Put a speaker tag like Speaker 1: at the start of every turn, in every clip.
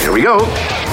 Speaker 1: Here we go.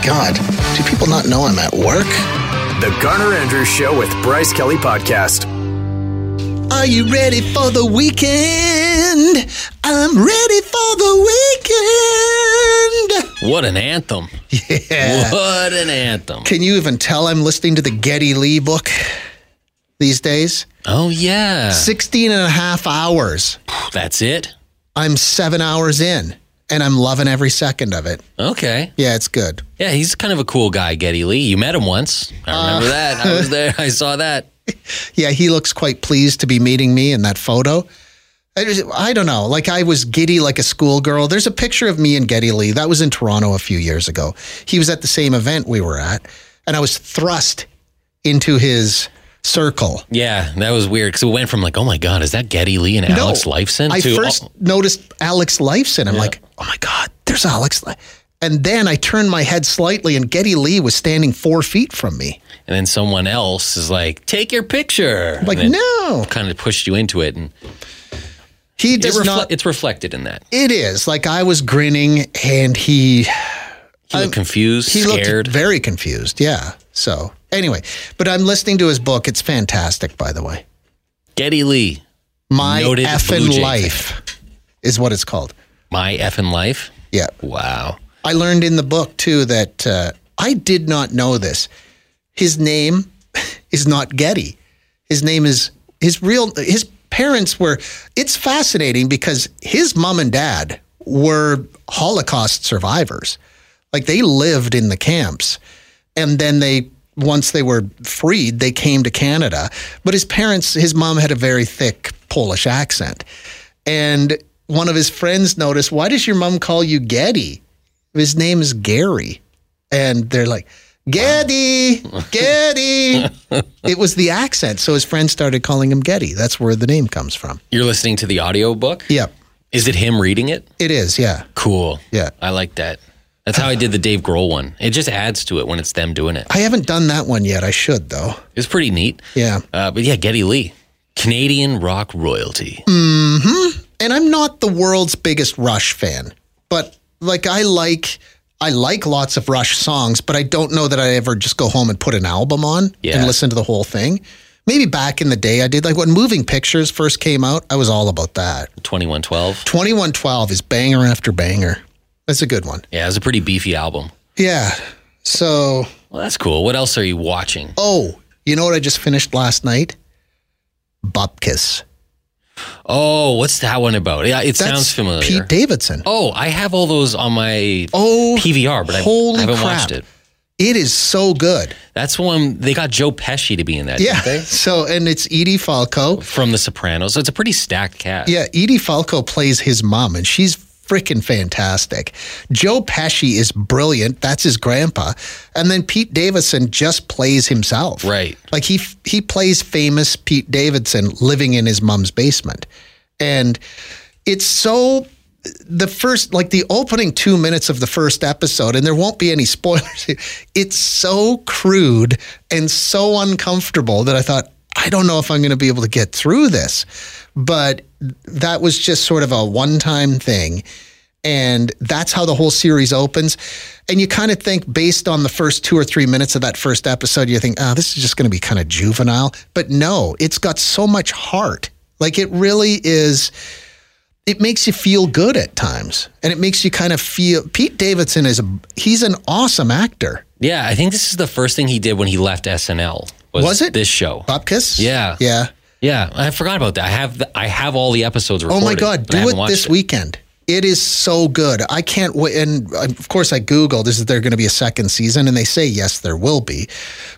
Speaker 2: God, do people not know I'm at work?
Speaker 1: The Garner Andrews Show with Bryce Kelly Podcast.
Speaker 2: Are you ready for the weekend? I'm ready for the weekend.
Speaker 3: What an anthem.
Speaker 2: Yeah.
Speaker 3: What an anthem.
Speaker 2: Can you even tell I'm listening to the Getty Lee book these days?
Speaker 3: Oh, yeah.
Speaker 2: 16 and a half hours.
Speaker 3: That's it.
Speaker 2: I'm seven hours in and I'm loving every second of it.
Speaker 3: Okay.
Speaker 2: Yeah, it's good.
Speaker 3: Yeah, he's kind of a cool guy, Getty Lee. You met him once. I remember that. I was there. I saw that.
Speaker 2: Yeah, he looks quite pleased to be meeting me in that photo. I, just, I don't know. Like I was giddy like a schoolgirl. There's a picture of me and Getty Lee. That was in Toronto a few years ago. He was at the same event we were at, and I was thrust into his circle.
Speaker 3: Yeah, that was weird because it went from like, oh my God, is that Getty Lee and Alex Lifeson?
Speaker 2: I
Speaker 3: to,
Speaker 2: first
Speaker 3: oh,
Speaker 2: noticed Alex Lifeson. I'm like, oh my God, there's Alex. Li-. And then I turned my head slightly, and Getty Lee was standing four feet from me.
Speaker 3: and then someone else is like, take your picture.
Speaker 2: Like,
Speaker 3: and then
Speaker 2: no,
Speaker 3: Kind of pushed you into it, and
Speaker 2: he
Speaker 3: it
Speaker 2: does
Speaker 3: refle-
Speaker 2: not.
Speaker 3: it's reflected in that.
Speaker 2: It is like I was grinning, and he
Speaker 3: He looked confused,
Speaker 2: he
Speaker 3: scared.
Speaker 2: looked very confused. Yeah. So anyway, but I'm listening to his book. It's fantastic, by the way.
Speaker 3: Getty Lee,
Speaker 2: My
Speaker 3: Noted Blue
Speaker 2: effing
Speaker 3: Jay
Speaker 2: life is what it's called.
Speaker 3: my effing life.
Speaker 2: Yeah.
Speaker 3: Wow.
Speaker 2: I learned in the book too that uh, I did not know this. His name is not Getty. His name is his real. His parents were. It's fascinating because his mom and dad were Holocaust survivors. Like they lived in the camps, and then they once they were freed, they came to Canada. But his parents, his mom had a very thick Polish accent, and one of his friends noticed, "Why does your mom call you Getty?" his name is Gary. And they're like, Getty, Getty. it was the accent. So his friend started calling him Getty. That's where the name comes from.
Speaker 3: You're listening to the audiobook?
Speaker 2: Yep.
Speaker 3: Is it him reading it?
Speaker 2: It is. Yeah.
Speaker 3: Cool.
Speaker 2: Yeah.
Speaker 3: I like that. That's how I did the Dave Grohl one. It just adds to it when it's them doing it.
Speaker 2: I haven't done that one yet. I should, though.
Speaker 3: It's pretty neat.
Speaker 2: Yeah.
Speaker 3: Uh, but yeah, Getty Lee, Canadian rock royalty.
Speaker 2: And I'm not the world's biggest Rush fan, but like I like. I like lots of Rush songs, but I don't know that I ever just go home and put an album on
Speaker 3: Yeah.
Speaker 2: and listen to the whole thing. Maybe back in the day I did. Like when Moving Pictures first came out, I was all about that.
Speaker 3: 2112.
Speaker 2: 2112 is banger after banger. That's a good one.
Speaker 3: Yeah, it was a pretty beefy album.
Speaker 2: Yeah. So,
Speaker 3: Well, that's cool. What else are you watching?
Speaker 2: oh, you know what I just finished last night? Bupkis.
Speaker 3: Oh, what's that one about? Yeah, it
Speaker 2: That's
Speaker 3: sounds familiar.
Speaker 2: Pete Davidson.
Speaker 3: oh, I have all those on my
Speaker 2: Oh,
Speaker 3: PVR, but I,
Speaker 2: holy
Speaker 3: I haven't
Speaker 2: crap.
Speaker 3: watched it.
Speaker 2: It is so good.
Speaker 3: That's the one they got Joe Pesci to be in that.
Speaker 2: Yeah.
Speaker 3: didn't they?
Speaker 2: So, and it's Edie Falco.
Speaker 3: From The Sopranos. So it's a pretty stacked cast.
Speaker 2: Yeah, Edie Falco plays his mom, and she's freaking fantastic. Joe Pesci is brilliant. That's his grandpa. And then Pete Davidson just plays himself.
Speaker 3: Right.
Speaker 2: Like he he plays famous Pete Davidson living in his mom's basement. And it's so the first like the opening 2 minutes of the first episode and there won't be any spoilers. here, It's so crude and so uncomfortable that I thought I don't know if I'm going to be able to get through this. But that was just sort of a one-time thing and that's how the whole series opens. And you kind of think, based on the first two or three minutes of that first episode, you think, oh, this is just going to be kind of juvenile. But no, it's got so much heart. Like it really is, it makes you feel good at times. And it makes you kind of feel. Pete Davidson is, a, he's an awesome actor.
Speaker 3: Yeah, I think this is the first thing he did when he left SNL.
Speaker 2: Was it? Uh,
Speaker 3: this show?
Speaker 2: Bupkis?
Speaker 3: Yeah.
Speaker 2: Yeah.
Speaker 3: Yeah, I forgot about that. I have the, I have all the episodes
Speaker 2: Oh
Speaker 3: recorded.
Speaker 2: my God,
Speaker 3: but I
Speaker 2: do
Speaker 3: haven't
Speaker 2: it
Speaker 3: watched
Speaker 2: this weekend. It is so good. I can't wait. And uh, of course, I Googled, is there going to be a second season? And they say, yes, there will be.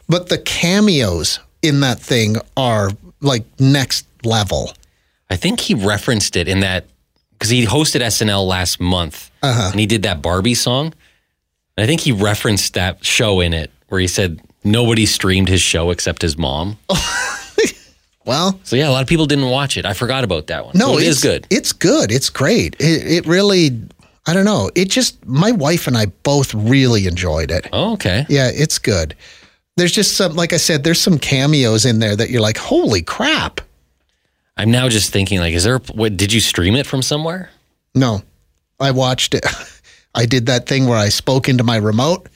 Speaker 2: But the cameos in that thing are like next level.
Speaker 3: I think he
Speaker 2: Uh-huh.
Speaker 3: referenced it in that because he hosted SNL last month, and he did that Barbie song. I think he referenced that show in it where he said nobody streamed his show except his mom.
Speaker 2: Oh. Well,
Speaker 3: So yeah, a lot of people didn't watch it. I forgot about that one.
Speaker 2: no,
Speaker 3: So it
Speaker 2: it's
Speaker 3: is good.
Speaker 2: It's good. It's great. It, it really, I don't know. It just, my wife and I both really enjoyed it.
Speaker 3: Oh, okay.
Speaker 2: Yeah, it's good. There's just some, like I said, there's some cameos in there that you're like, holy crap.
Speaker 3: I'm now just thinking like, is there? What did you stream it from somewhere?
Speaker 2: No, I watched it. I did that thing where I spoke into my remote,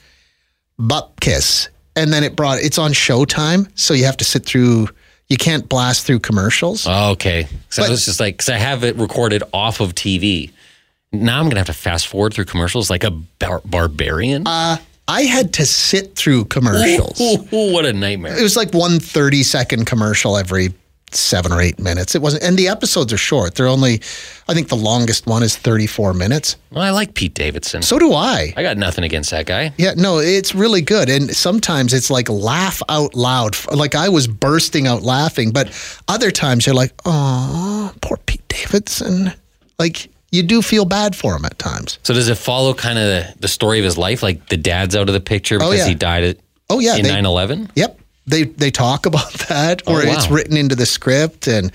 Speaker 2: butt kiss, and then it brought. It's on Showtime, so you have to sit through. You can't blast through commercials.
Speaker 3: Oh, okay. So I
Speaker 2: But-
Speaker 3: was just like, because I have it recorded off of TV. Now I'm gonna have to fast forward through commercials like a bar- barbarian.
Speaker 2: Uh, I had to sit through commercials.
Speaker 3: Ooh, ooh, what a
Speaker 2: It
Speaker 3: nightmare!
Speaker 2: was like one 30 second commercial every seven or eight minutes. It wasn't, and the episodes are short. They're only, I think the longest one is 34 minutes.
Speaker 3: Well, I like Pete Davidson.
Speaker 2: So do I.
Speaker 3: I got nothing against that guy.
Speaker 2: Yeah, no, it's really good. And sometimes it's like laugh out loud. Like I was bursting out laughing, but other times you're like, oh, poor Pete Davidson. Like you do feel bad for him at times.
Speaker 3: So does it follow kind of the, the story of his life? Like the dad's out of the picture because
Speaker 2: yeah.
Speaker 3: he died at
Speaker 2: Oh, yeah,
Speaker 3: in
Speaker 2: they-
Speaker 3: 9/11.
Speaker 2: Yep. They they talk about that
Speaker 3: wow.
Speaker 2: or it's written into the script and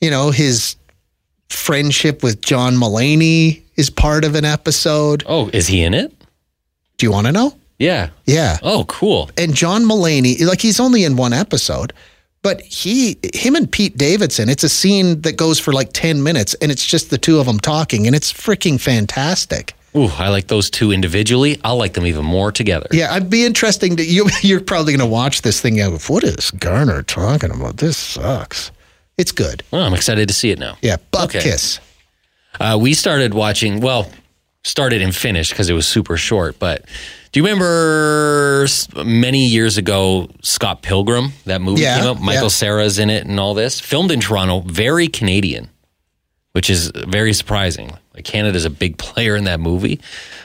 Speaker 2: you know, his friendship with John Mullaney is part of an episode.
Speaker 3: Oh, is he in it?
Speaker 2: Do you want to know?
Speaker 3: Yeah.
Speaker 2: Yeah.
Speaker 3: Oh, cool.
Speaker 2: and John Mullaney, like he's only in one episode, but he, him and Pete Davidson, it's a scene that goes for like 10 minutes and it's just the two of them talking and it's freaking fantastic.
Speaker 3: Ooh, I like those two individually. I'll like them even more together.
Speaker 2: Yeah, I'd be interesting to you. You're probably going to watch this thing. and go, What is Garner talking about? This sucks. It's good.
Speaker 3: Well, I'm excited to see it now.
Speaker 2: Yeah, butt
Speaker 3: Okay.
Speaker 2: kiss.
Speaker 3: Uh, we started watching, well, started and finished because it was super short. But do you remember s- many years ago, Scott Pilgrim, that movie
Speaker 2: Yeah,
Speaker 3: came up? Michael
Speaker 2: yeah.
Speaker 3: Sarah's in it and all this. Filmed in Toronto, very Canadian, which is very surprising. Like Canada's a big player in that movie.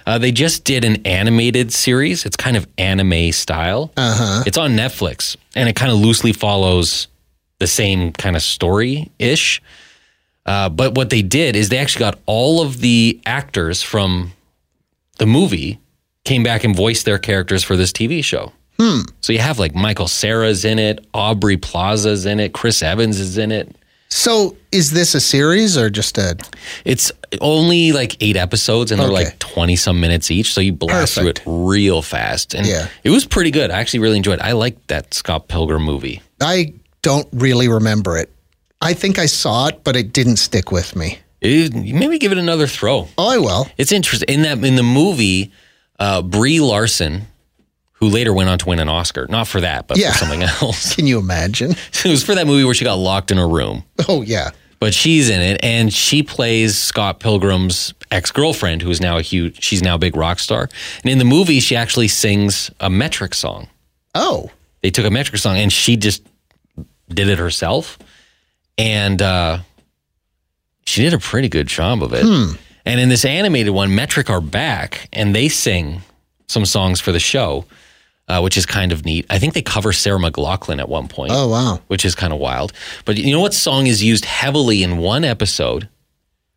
Speaker 3: Uh, they just did an animated series. It's kind of anime style. Uh-huh. It's on Netflix and it kind of loosely follows the same kind of story ish. Uh, but what they did is they actually got all of the actors from the movie came back and voiced their characters for this TV show.
Speaker 2: Hmm.
Speaker 3: So you have like Michael Sarah's in it, Aubrey Plaza's in it, Chris Evans is in it.
Speaker 2: So is this a series or just a.
Speaker 3: It's only like eight episodes and they're
Speaker 2: Okay.
Speaker 3: like 20 some minutes each. So you blast
Speaker 2: Perfect.
Speaker 3: through it real fast. And
Speaker 2: Yeah.
Speaker 3: it was pretty good. I actually really enjoyed it. I liked that Scott Pilgrim movie.
Speaker 2: I don't really remember it. I think I saw it, but it didn't stick with me.
Speaker 3: It- maybe give it another throw.
Speaker 2: Oh, I will.
Speaker 3: It's interesting in that in the movie, uh, Brie Larson, who later went on to win an Oscar, not for that, but
Speaker 2: Yeah.
Speaker 3: for something else.
Speaker 2: Can you imagine?
Speaker 3: it was for that movie where she got locked in a room,
Speaker 2: Oh, yeah.
Speaker 3: but she's in it, and she plays Scott Pilgrim's ex girlfriend, who is now a huge. She's now a big rock star, and in the movie, she actually sings a metric song.
Speaker 2: Oh,
Speaker 3: They took a metric song, and she just did it herself, and uh, she did a pretty good job of it. And in this animated one, Metric are back and they sing some songs for the show, uh, which is kind of neat. I think they cover Sarah McLaughlin at one point,
Speaker 2: oh, wow.
Speaker 3: which is kind of wild. But you know what song is used heavily in one episode?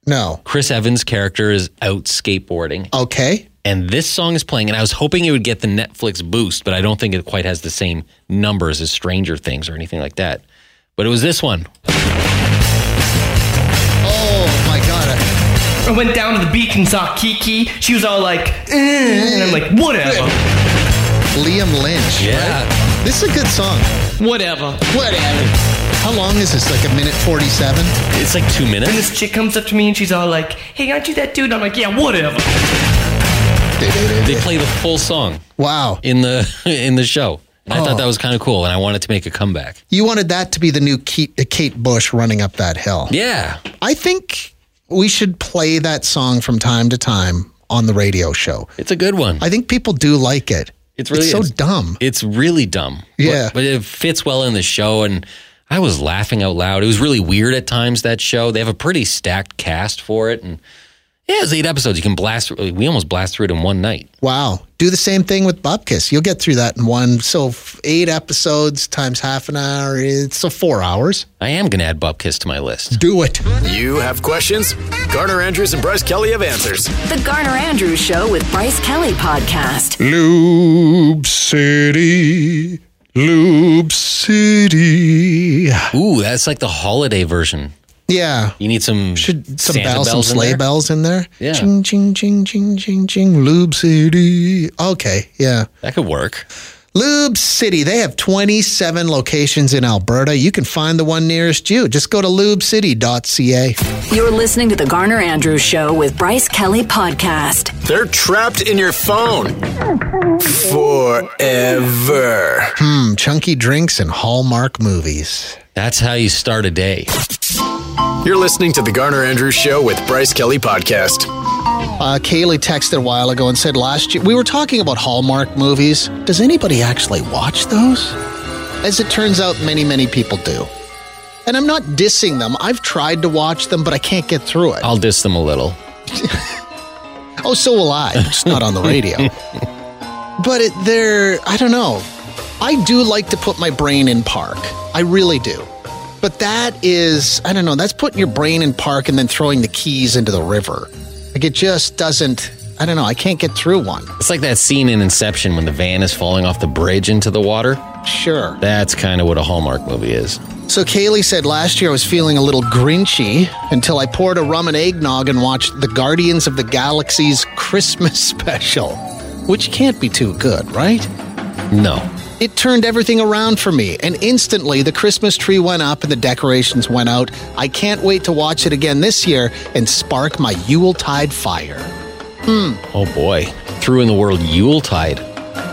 Speaker 2: No.
Speaker 3: Chris Evans' character is out skateboarding,
Speaker 2: Okay.
Speaker 3: and this song is playing. And I was hoping it would get the Netflix boost, but I don't think it quite has the same numbers as Stranger Things or anything like that. But it was this one.
Speaker 2: Oh my god.
Speaker 4: I went down to the beach and saw Kiki. She was all like, eh, and I'm like, whatever,
Speaker 2: Liam Lynch.
Speaker 3: Yeah.
Speaker 2: This is a good song.
Speaker 4: whatever.
Speaker 2: Whatever. How long is this? Like a minute 47?
Speaker 3: It's like two
Speaker 4: And
Speaker 3: minutes.
Speaker 4: this chick comes up to me and she's all like, hey, aren't you that dude? I'm like, yeah, whatever.
Speaker 3: They play the full song.
Speaker 2: Wow.
Speaker 3: in the in the show. And I thought that was kind of cool, and I wanted to make a comeback.
Speaker 2: You wanted that to be the new Kate, uh, Kate Bush running up that hill.
Speaker 3: Yeah,
Speaker 2: I think we should play that song from time to time on the radio show.
Speaker 3: it's a good one.
Speaker 2: I think people do like it.
Speaker 3: It's really-
Speaker 2: so
Speaker 3: it's-
Speaker 2: dumb.
Speaker 3: it's really dumb.
Speaker 2: Yeah.
Speaker 3: but, but it fits well in the show, and I was laughing out loud. It was really weird at times. That show they have a pretty stacked cast for it, and Yeah, it's eight episodes. You can blast. We almost blast through it in one night.
Speaker 2: Wow. Do the same thing with Bobkiss. You'll get through that in one. So f- eight episodes times half an hour. It's so four hours.
Speaker 3: I am gonna add Bob Kiss to my list.
Speaker 2: Do it.
Speaker 1: You have questions? Garner Andrews and Bryce Kelly have answers.
Speaker 5: The Garner Andrews Show with Bryce Kelly Podcast.
Speaker 2: Lube City. Lube City.
Speaker 3: Ooh, that's like the holiday version.
Speaker 2: Yeah.
Speaker 3: You need some
Speaker 2: Should some
Speaker 3: Santa
Speaker 2: bells, some
Speaker 3: bells in
Speaker 2: sleigh
Speaker 3: there?
Speaker 2: bells in there?
Speaker 3: Yeah.
Speaker 2: Ching, ching, ching, ching, ching, ching. Lube City. Okay. Yeah.
Speaker 3: That could work.
Speaker 2: Lube City. They have 27 locations in Alberta. You can find the one nearest you. Just go to lubecity.ca.
Speaker 5: You're listening to The Garner Andrews Show with Bryce Kelly Podcast.
Speaker 1: They're trapped in your phone forever.
Speaker 2: chunky drinks and Hallmark movies.
Speaker 3: That's how you start a day.
Speaker 1: You're listening to The Garner Andrews Show with Bryce Kelly Podcast.
Speaker 2: Uh, Kaylee texted a while ago and said last year we were talking about Hallmark movies. Does anybody actually watch those? As it turns out, many, many people do. And I'm not dissing them. I've tried to watch them, but I can't get through it.
Speaker 3: I'll diss them a little.
Speaker 2: Oh, so will I. It's not on the radio. but it, they're, I don't know. I do like to put my brain in park. I really do. But that is, I don't know, that's putting your brain in park and then throwing the keys into the river. Like it just doesn't, I don't know, I can't get through one.
Speaker 3: It's like that scene in Inception when the van is falling off the bridge into the water.
Speaker 2: Sure.
Speaker 3: That's kind of what a Hallmark movie is.
Speaker 2: So Kaylee said last year I was feeling a little grinchy until I poured a rum and eggnog and watched the Guardians of the Galaxy's Christmas special, which can't be too good, right?
Speaker 3: No.
Speaker 2: It turned everything around for me, and instantly the Christmas tree went up and the decorations went out. I can't wait to watch it again this year and spark my Yuletide fire.
Speaker 3: Oh boy. Threw in the world Yuletide.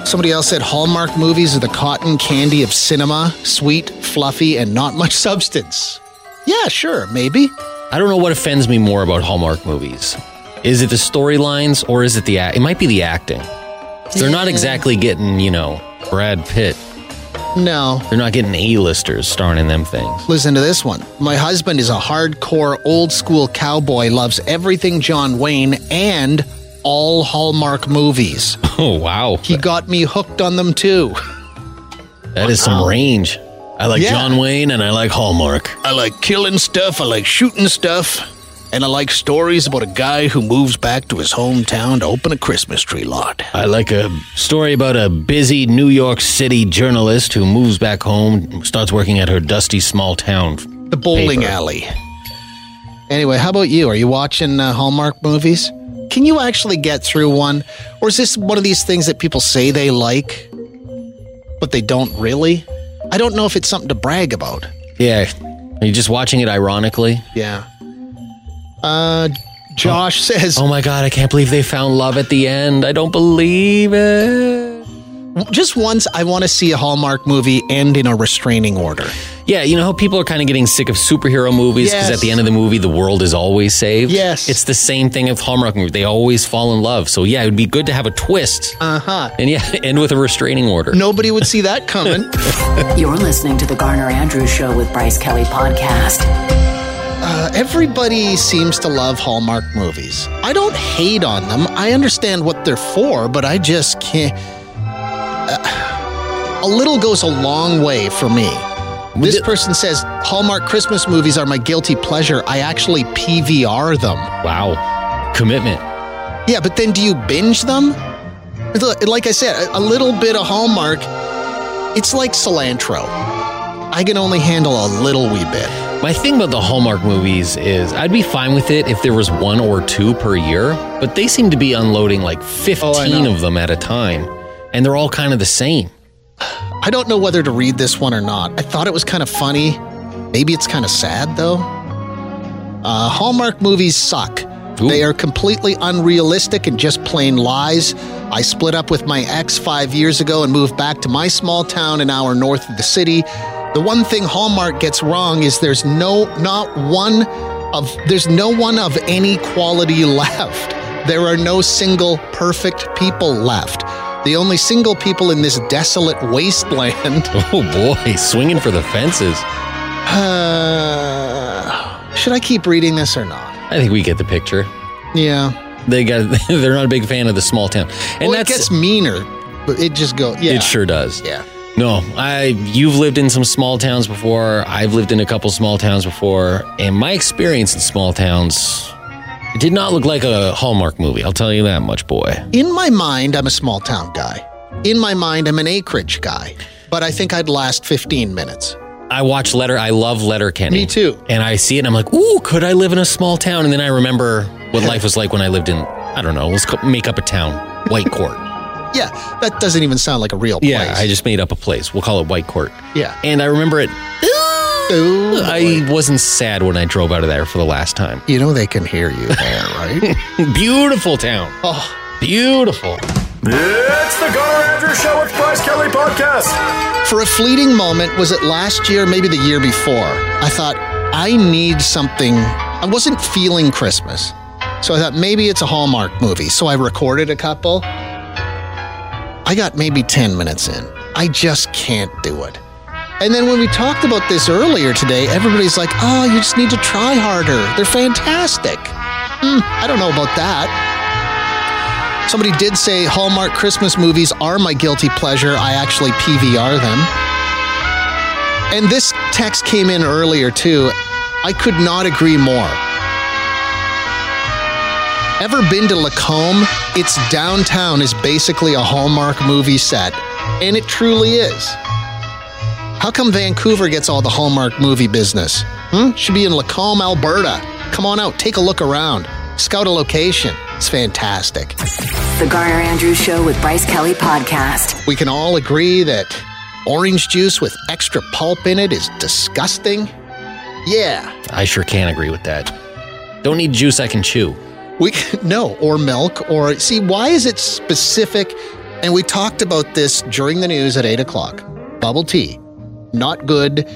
Speaker 2: Somebody else said Hallmark movies are the cotton candy of cinema, sweet, fluffy, and not much substance. Yeah, sure, maybe.
Speaker 3: I don't know what offends me more about Hallmark movies. Is it the storylines or is it the act? It might be the acting. They're not exactly getting, you know, Brad Pitt.
Speaker 2: No.
Speaker 3: They're not getting A-listers starring in them things.
Speaker 2: Listen to this one. My husband is a hardcore old school cowboy, loves everything John Wayne and all Hallmark movies.
Speaker 3: Oh, wow.
Speaker 2: He got me hooked on them too.
Speaker 3: That is some range. I like
Speaker 2: Yeah.
Speaker 3: John Wayne and I like Hallmark.
Speaker 2: I like killing stuff, I like shooting stuff, and I like stories about a guy who moves back to his hometown to open a Christmas tree lot.
Speaker 3: I like a story about a busy New York City journalist who moves back home, starts working at her dusty small town.
Speaker 2: The bowling
Speaker 3: Paper.
Speaker 2: alley. Anyway, how about you? Are you watching uh, Hallmark movies? Can you actually get through one? Or is this one of these things that people say they like, but they don't really? I don't know if it's something to brag about.
Speaker 3: Yeah. Are you just watching it ironically?
Speaker 2: Yeah. Uh, Josh says,
Speaker 3: Oh my God, I can't believe they found love at the end. I don't believe it. Oh.
Speaker 2: just once I want to see a Hallmark movie end in a restraining order.
Speaker 3: Yeah, you know how people are kind of getting sick of superhero movies because
Speaker 2: Yes.
Speaker 3: at the end of the movie, the world is always saved?
Speaker 2: Yes.
Speaker 3: It's the same thing with Hallmark movies. They always fall in love. So, yeah, it would be good to have a twist.
Speaker 2: Uh huh.
Speaker 3: and yeah, end with a restraining order.
Speaker 2: Nobody would see that coming.
Speaker 5: You're listening to The Garner Andrews Show with Bryce Kelly Podcast.
Speaker 2: Uh, everybody seems to love Hallmark movies. I don't hate on them. I understand what they're for, but I just can't. Uh, a little goes a long way for me. This
Speaker 3: did-
Speaker 2: person says Hallmark Christmas movies are my guilty pleasure. I actually PVR them.
Speaker 3: Wow. Commitment.
Speaker 2: Yeah, but then do you binge them? Look, Like I said, a- a little bit of Hallmark, it's like cilantro. I can only handle a little wee bit.
Speaker 3: My thing about the Hallmark movies is I'd be fine with it if there was one or two per year, but they seem to be unloading like 15
Speaker 2: Oh, know.
Speaker 3: of them at a time, and they're all kind of the same.
Speaker 2: I don't know whether to read this one or not. I thought it was kind of funny. Maybe it's kind of sad, though. Uh, Hallmark movies suck.
Speaker 3: Ooh.
Speaker 2: They are completely unrealistic and just plain lies. I split up with my ex five years ago and moved back to my small town an hour north of the city. The one thing Hallmark gets wrong is there's no, not one of, there's no one of any quality left. There are no single perfect people left. The only single people in this desolate wasteland
Speaker 3: Oh boy, swinging for the fences.
Speaker 2: uh, should I keep reading this or not?
Speaker 3: I think we get the picture.
Speaker 2: Yeah.
Speaker 3: They got they're not a big fan of the small town, and
Speaker 2: well, it
Speaker 3: that's
Speaker 2: gets meaner, but it just go. Yeah.
Speaker 3: it sure does.
Speaker 2: Yeah.
Speaker 3: No, I you've lived in some small towns before. I've lived in a couple small towns before, and my experience in small towns it did not look like a Hallmark movie. I'll tell you that much, boy.
Speaker 2: In my mind, I'm a small town guy. In my mind, I'm an acreage guy. But I think I'd last 15 minutes.
Speaker 3: I watch Letter. I love Letter Kenny.
Speaker 2: Me too.
Speaker 3: And I see it, and I'm like, ooh, could I live in a small town? And then I remember what life was like when I lived in I don't know. Let's co- make up a town, White Court.
Speaker 2: Yeah, that doesn't even sound like a real place.
Speaker 3: Yeah, I just made up a place. We'll call it White Court.
Speaker 2: Yeah.
Speaker 3: And I remember it.
Speaker 2: Ooh,
Speaker 3: I wasn't sad when I drove out of there for the last time.
Speaker 2: you know they can hear you there, right?
Speaker 3: Beautiful town.
Speaker 2: oh,
Speaker 3: Beautiful.
Speaker 1: It's the Garner Andrews Show with Bryce Kelly Podcast.
Speaker 2: for a fleeting moment, was it last year, maybe the year before? I thought I need something. I wasn't feeling Christmas, so I thought maybe it's a Hallmark movie. So I recorded a couple. I got maybe 10 minutes in. I just can't do it. And then when we talked about this earlier today, everybody's like, oh, you just need to try harder. They're fantastic. Hmm, I don't know about that. Somebody did say Hallmark Christmas movies are my guilty pleasure. I actually PVR them. And this text came in earlier, too. I could not agree more. Ever been to Lacombe? Its downtown is basically a Hallmark movie set, and it truly is. How come Vancouver gets all the Hallmark movie business? Hmm? Should be in Lacombe, Alberta. Come on out, take a look around, scout a location. It's fantastic.
Speaker 5: The Garner Andrews Show with Bryce Kelly Podcast.
Speaker 2: We can all agree that orange juice with extra pulp in it is disgusting. Yeah,
Speaker 3: I sure can agree with that. Don't need juice I can chew.
Speaker 2: we can, no, or milk, or see, why is it specific? And we talked about this during the news at eight o'clock. Bubble tea, not good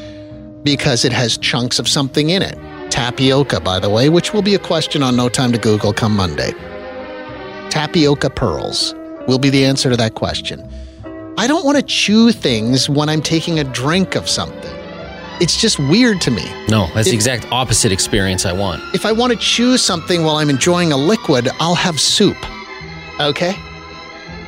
Speaker 2: because it has chunks of something in it. Tapioca, by the way, which will be a question on No Time to Google come Monday. Tapioca pearls will be the answer to that question. I don't want to chew things when I'm taking a drink of something. It's just weird to me.
Speaker 3: No, that's the exact opposite experience I want.
Speaker 2: If I want to chew something while I'm enjoying a liquid, I'll have soup. Okay?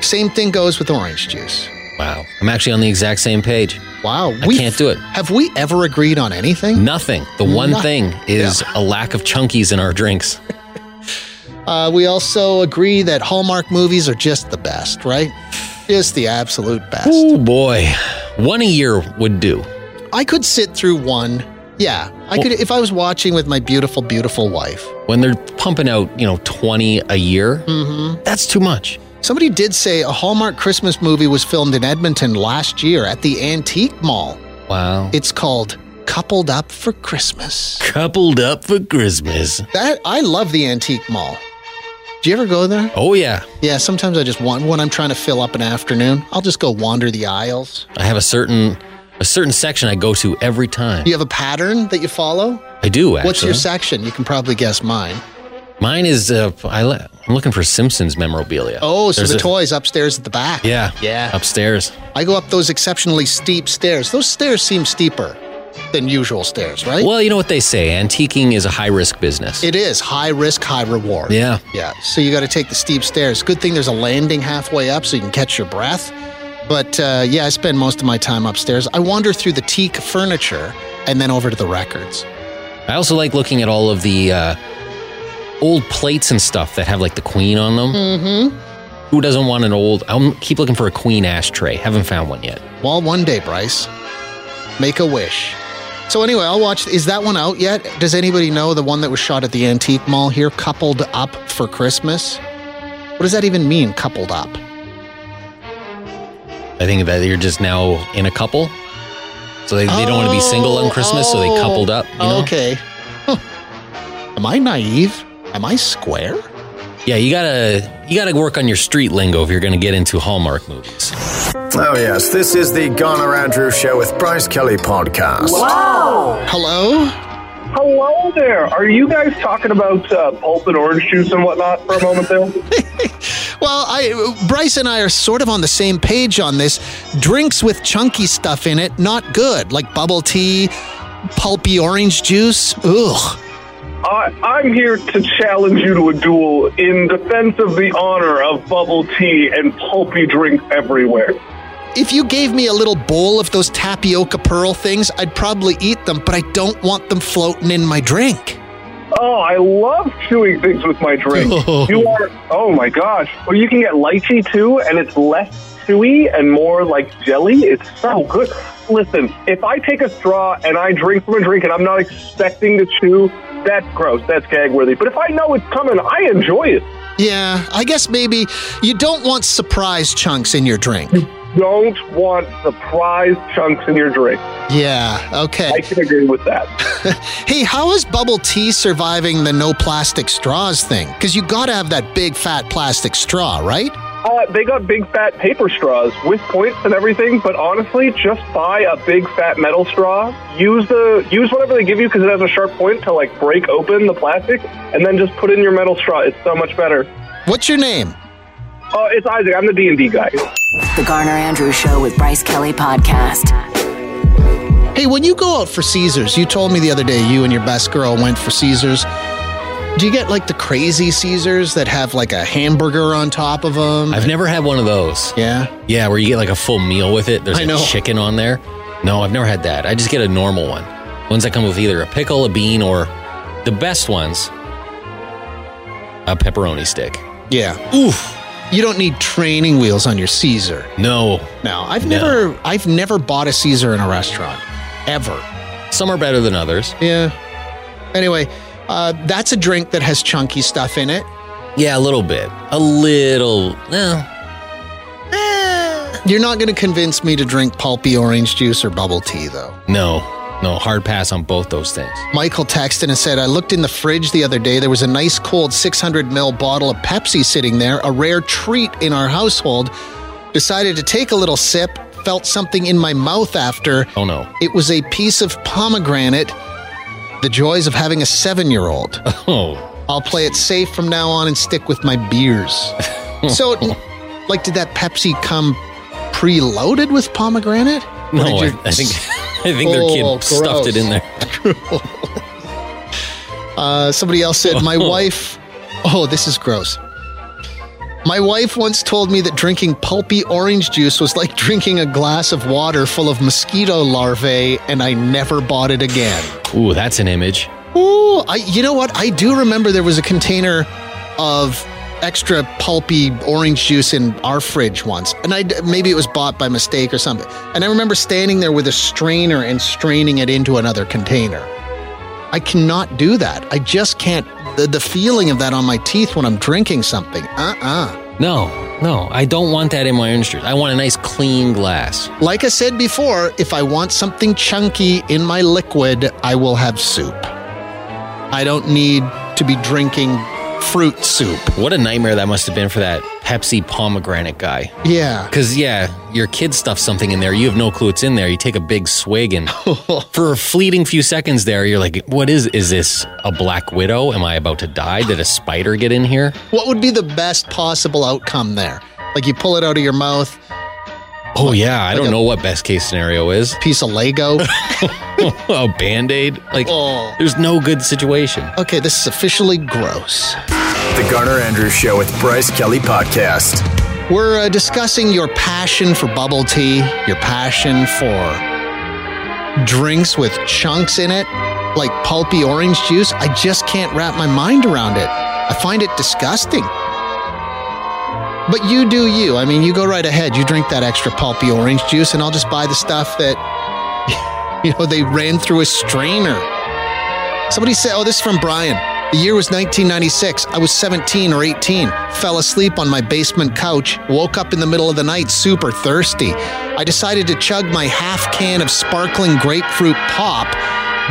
Speaker 2: Same thing goes with orange juice.
Speaker 3: Wow. I'm actually on the exact same page.
Speaker 2: Wow.
Speaker 3: I can't do it.
Speaker 2: Have we ever agreed on anything?
Speaker 3: Nothing. The one
Speaker 2: Nothing.
Speaker 3: thing is a lack of chunkies in our drinks.
Speaker 2: Uh, we also agree that Hallmark movies are just the best, right? Just the absolute best.
Speaker 3: Oh boy. One a year would do.
Speaker 2: I could sit through one. Yeah, I could if I was watching with my beautiful, beautiful wife.
Speaker 3: When they're pumping out, you know, 20 a year,
Speaker 2: Mm-hmm.
Speaker 3: that's too much.
Speaker 2: Somebody did say a Hallmark Christmas movie was filmed in Edmonton last year at the Antique Mall.
Speaker 3: Wow.
Speaker 2: It's called Coupled Up for Christmas.
Speaker 3: coupled up for Christmas.
Speaker 2: That I love the Antique Mall. Do you ever go there?
Speaker 3: Oh yeah.
Speaker 2: Yeah, sometimes I just want when I'm trying to fill up an afternoon, I'll just go wander the aisles.
Speaker 3: I have a certain a certain section I go to every time.
Speaker 2: Do you have a pattern that you follow?
Speaker 3: I do actually.
Speaker 2: What's your section? You can probably guess mine.
Speaker 3: Mine is uh, I le- I'm looking for Simpsons memorabilia.
Speaker 2: Oh, so
Speaker 3: There's
Speaker 2: the
Speaker 3: a-
Speaker 2: toys upstairs at the back.
Speaker 3: Yeah.
Speaker 2: Yeah.
Speaker 3: Upstairs.
Speaker 2: I go up those exceptionally steep stairs. Those stairs seem steeper than usual stairs, right?
Speaker 3: Well, you know what they say, antiquing is a high risk business.
Speaker 2: It is high risk, high reward.
Speaker 3: yeah.
Speaker 2: Yeah. So you got to take the steep stairs. Good thing there's a landing halfway up so you can catch your breath. But uh, yeah, I spend most of my time upstairs. I wander through the teak furniture and then over to the records.
Speaker 3: I also like looking at all of the uh, old plates and stuff that have like the queen on them. Mm-hmm. Who doesn't want an old? I'm keep looking for a queen ashtray. Haven't found one yet.
Speaker 2: Well, one day, Bryce, make a wish. So anyway, I'll watch. Is that one out yet? Does anybody know the one that was shot at the antique mall here, coupled up for Christmas? What does that even mean, coupled up?
Speaker 3: I think that you're just now in a couple, so they, they don't want to be single on Christmas, so they
Speaker 2: Oh,
Speaker 3: coupled up. You know?
Speaker 2: Okay. Huh. Am I naive? Am I square?
Speaker 3: Yeah, you gotta you gotta work on your street lingo if you're gonna get into Hallmark movies.
Speaker 1: Oh, yes. This is the Garner Andrews Show with Bryce Kelly Podcast.
Speaker 6: Whoa!
Speaker 2: Hello?
Speaker 7: Hello there. Are you guys talking about uh, pulp and orange juice and whatnot for a moment there?
Speaker 2: Well, I Bryce and I are sort of on the same page on this. Drinks with chunky stuff in it, not good. Like bubble tea, pulpy orange juice. Ugh.
Speaker 7: I, I'm here to challenge you to a duel in defense of the honor of bubble tea and pulpy drinks everywhere.
Speaker 2: If you gave me a little bowl of those tapioca pearl things, I'd probably eat them, but I don't want them floating in my drink.
Speaker 7: Oh, I love chewing things with my drink. You are, oh my gosh. Well, you can get lychee too, and it's less chewy and more like jelly. It's so good. Listen, if I take a straw and I drink from a drink and I'm not expecting to chew, that's gross. That's gag worthy. But if I know it's coming, I enjoy it.
Speaker 2: Yeah, I guess maybe you don't want surprise chunks in your drink.
Speaker 7: Don't want surprise chunks in your drink.
Speaker 2: Yeah, okay.
Speaker 7: I can agree with that.
Speaker 2: Hey, how is bubble tea surviving the no plastic straws thing? Because you gotta have that big fat plastic straw, right?
Speaker 7: Uh, they got big fat paper straws with points and everything, but honestly, just buy a big fat metal straw. Use the use whatever they give you because it has a sharp point to like break open the plastic, and then just put in your metal straw. It's so much better.
Speaker 2: What's your name?
Speaker 7: Oh, it's Isaac. I'm the D and D guy.
Speaker 5: The Garner Andrews Show with Bryce Kelly Podcast.
Speaker 2: Hey, when you go out for Caesars, you told me the other day you and your best girl went for Caesars. Do you get like the crazy Caesars that have like a hamburger on top of them?
Speaker 3: I've never had one of those.
Speaker 2: yeah.
Speaker 3: Yeah, where you get like a full meal with it. There's
Speaker 2: I
Speaker 3: a
Speaker 2: know.
Speaker 3: chicken on there. No, I've never had that. I just get a normal one. Ones that come with either a pickle, a bean, or the best ones, a pepperoni stick.
Speaker 2: Yeah.
Speaker 3: Oof.
Speaker 2: You don't need training wheels on your Caesar.
Speaker 3: No.
Speaker 2: No, I've
Speaker 3: No.
Speaker 2: never I've never bought a Caesar in a restaurant. Ever.
Speaker 3: Some are better than others.
Speaker 2: Yeah. Anyway, uh, that's a drink that has chunky stuff in it.
Speaker 3: Yeah, a little bit. A little. No.
Speaker 2: You're not going to convince me to drink pulpy orange juice or bubble tea, though.
Speaker 3: No. No. Hard pass on both those things.
Speaker 2: Michael texted and said, I looked in the fridge the other day. There was a nice cold 600 ml bottle of Pepsi sitting there, a rare treat in our household. Decided to take a little sip, felt something in my mouth after.
Speaker 3: Oh, no.
Speaker 2: It was a piece of pomegranate. The joys of having a seven year old.
Speaker 3: Oh.
Speaker 2: I'll play it safe from now on and stick with my beers. so, like, did that Pepsi come preloaded with pomegranate? Or
Speaker 3: No.
Speaker 2: did
Speaker 3: I,
Speaker 2: you-
Speaker 3: I think. I think their kid
Speaker 2: Oh,
Speaker 3: stuffed
Speaker 2: gross.
Speaker 3: it in there.
Speaker 2: Uh, somebody else said, My wife. Oh, this is gross. My wife once told me that drinking pulpy orange juice was like drinking a glass of water full of mosquito larvae, and I never bought it again.
Speaker 3: Ooh, that's an image.
Speaker 2: Ooh, I, you know what? I do remember there was a container of extra pulpy orange juice in our fridge once, and I maybe it was bought by mistake or something. And I remember standing there with a strainer and straining it into another container. I cannot do that. I just can't. The, the feeling of that on my teeth when I'm drinking something. Uh uh
Speaker 3: No, no, I don't want that in my orange juice. I want a nice clean glass.
Speaker 2: Like I said before, if I want something chunky in my liquid, I will have soup. I don't need to be drinking fruit soup.
Speaker 3: What a nightmare that must have been for that Pepsi pomegranate guy.
Speaker 2: Yeah.
Speaker 3: Because, yeah, your kid stuffs something in there. You have no clue it's in there. You take a big swig, and for a fleeting few seconds there, you're like, what is Is this a black widow? Am I about to die? Did a spider get in here?
Speaker 2: What would be the best possible outcome there? Like you pull it out of your mouth,
Speaker 3: Oh, yeah, I don't know what best case scenario is.
Speaker 2: piece of Lego.
Speaker 3: a band aid? Like,
Speaker 2: Oh.
Speaker 3: there's no good situation.
Speaker 2: okay, this is officially gross.
Speaker 1: The Garner Andrews Show with Bryce Kelly Podcast.
Speaker 2: We're uh, discussing your passion for bubble tea, your passion for drinks with chunks in it, like pulpy orange juice. I just can't wrap my mind around it. I find it disgusting. But you do you. I mean, you go right ahead. You drink that extra pulpy orange juice, and I'll just buy the stuff that, you know, they ran through a strainer. Somebody said, oh, this is from Brian. The year was 1996. I was 17 or 18. Fell asleep on my basement couch. Woke up in the middle of the night super thirsty. I decided to chug my half can of sparkling grapefruit pop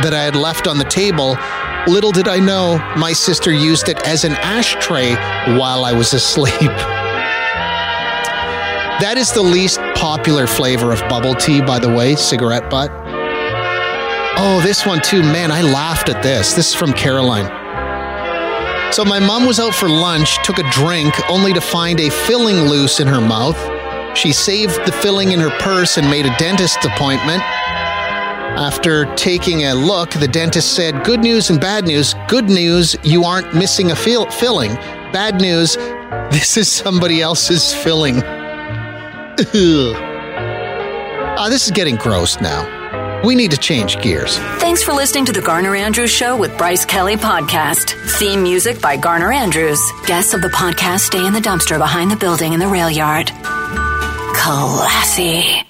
Speaker 2: that I had left on the table. Little did I know, my sister used it as an ashtray while I was asleep. That is the least popular flavor of bubble tea, by the way, cigarette butt. Oh, this one too. Man, I laughed at this. This is from Caroline. So, my mom was out for lunch, took a drink, only to find a filling loose in her mouth. She saved the filling in her purse and made a dentist appointment. After taking a look, the dentist said, Good news and bad news. Good news, you aren't missing a fill- filling. Bad news, this is somebody else's filling. Ugh. Ah, this is getting gross now. We need to change gears.
Speaker 5: Thanks for listening to the Garner Andrews Show with Bryce Kelly Podcast. Theme music by Garner Andrews. Guests of the podcast stay in the dumpster behind the building in the rail yard. Classy.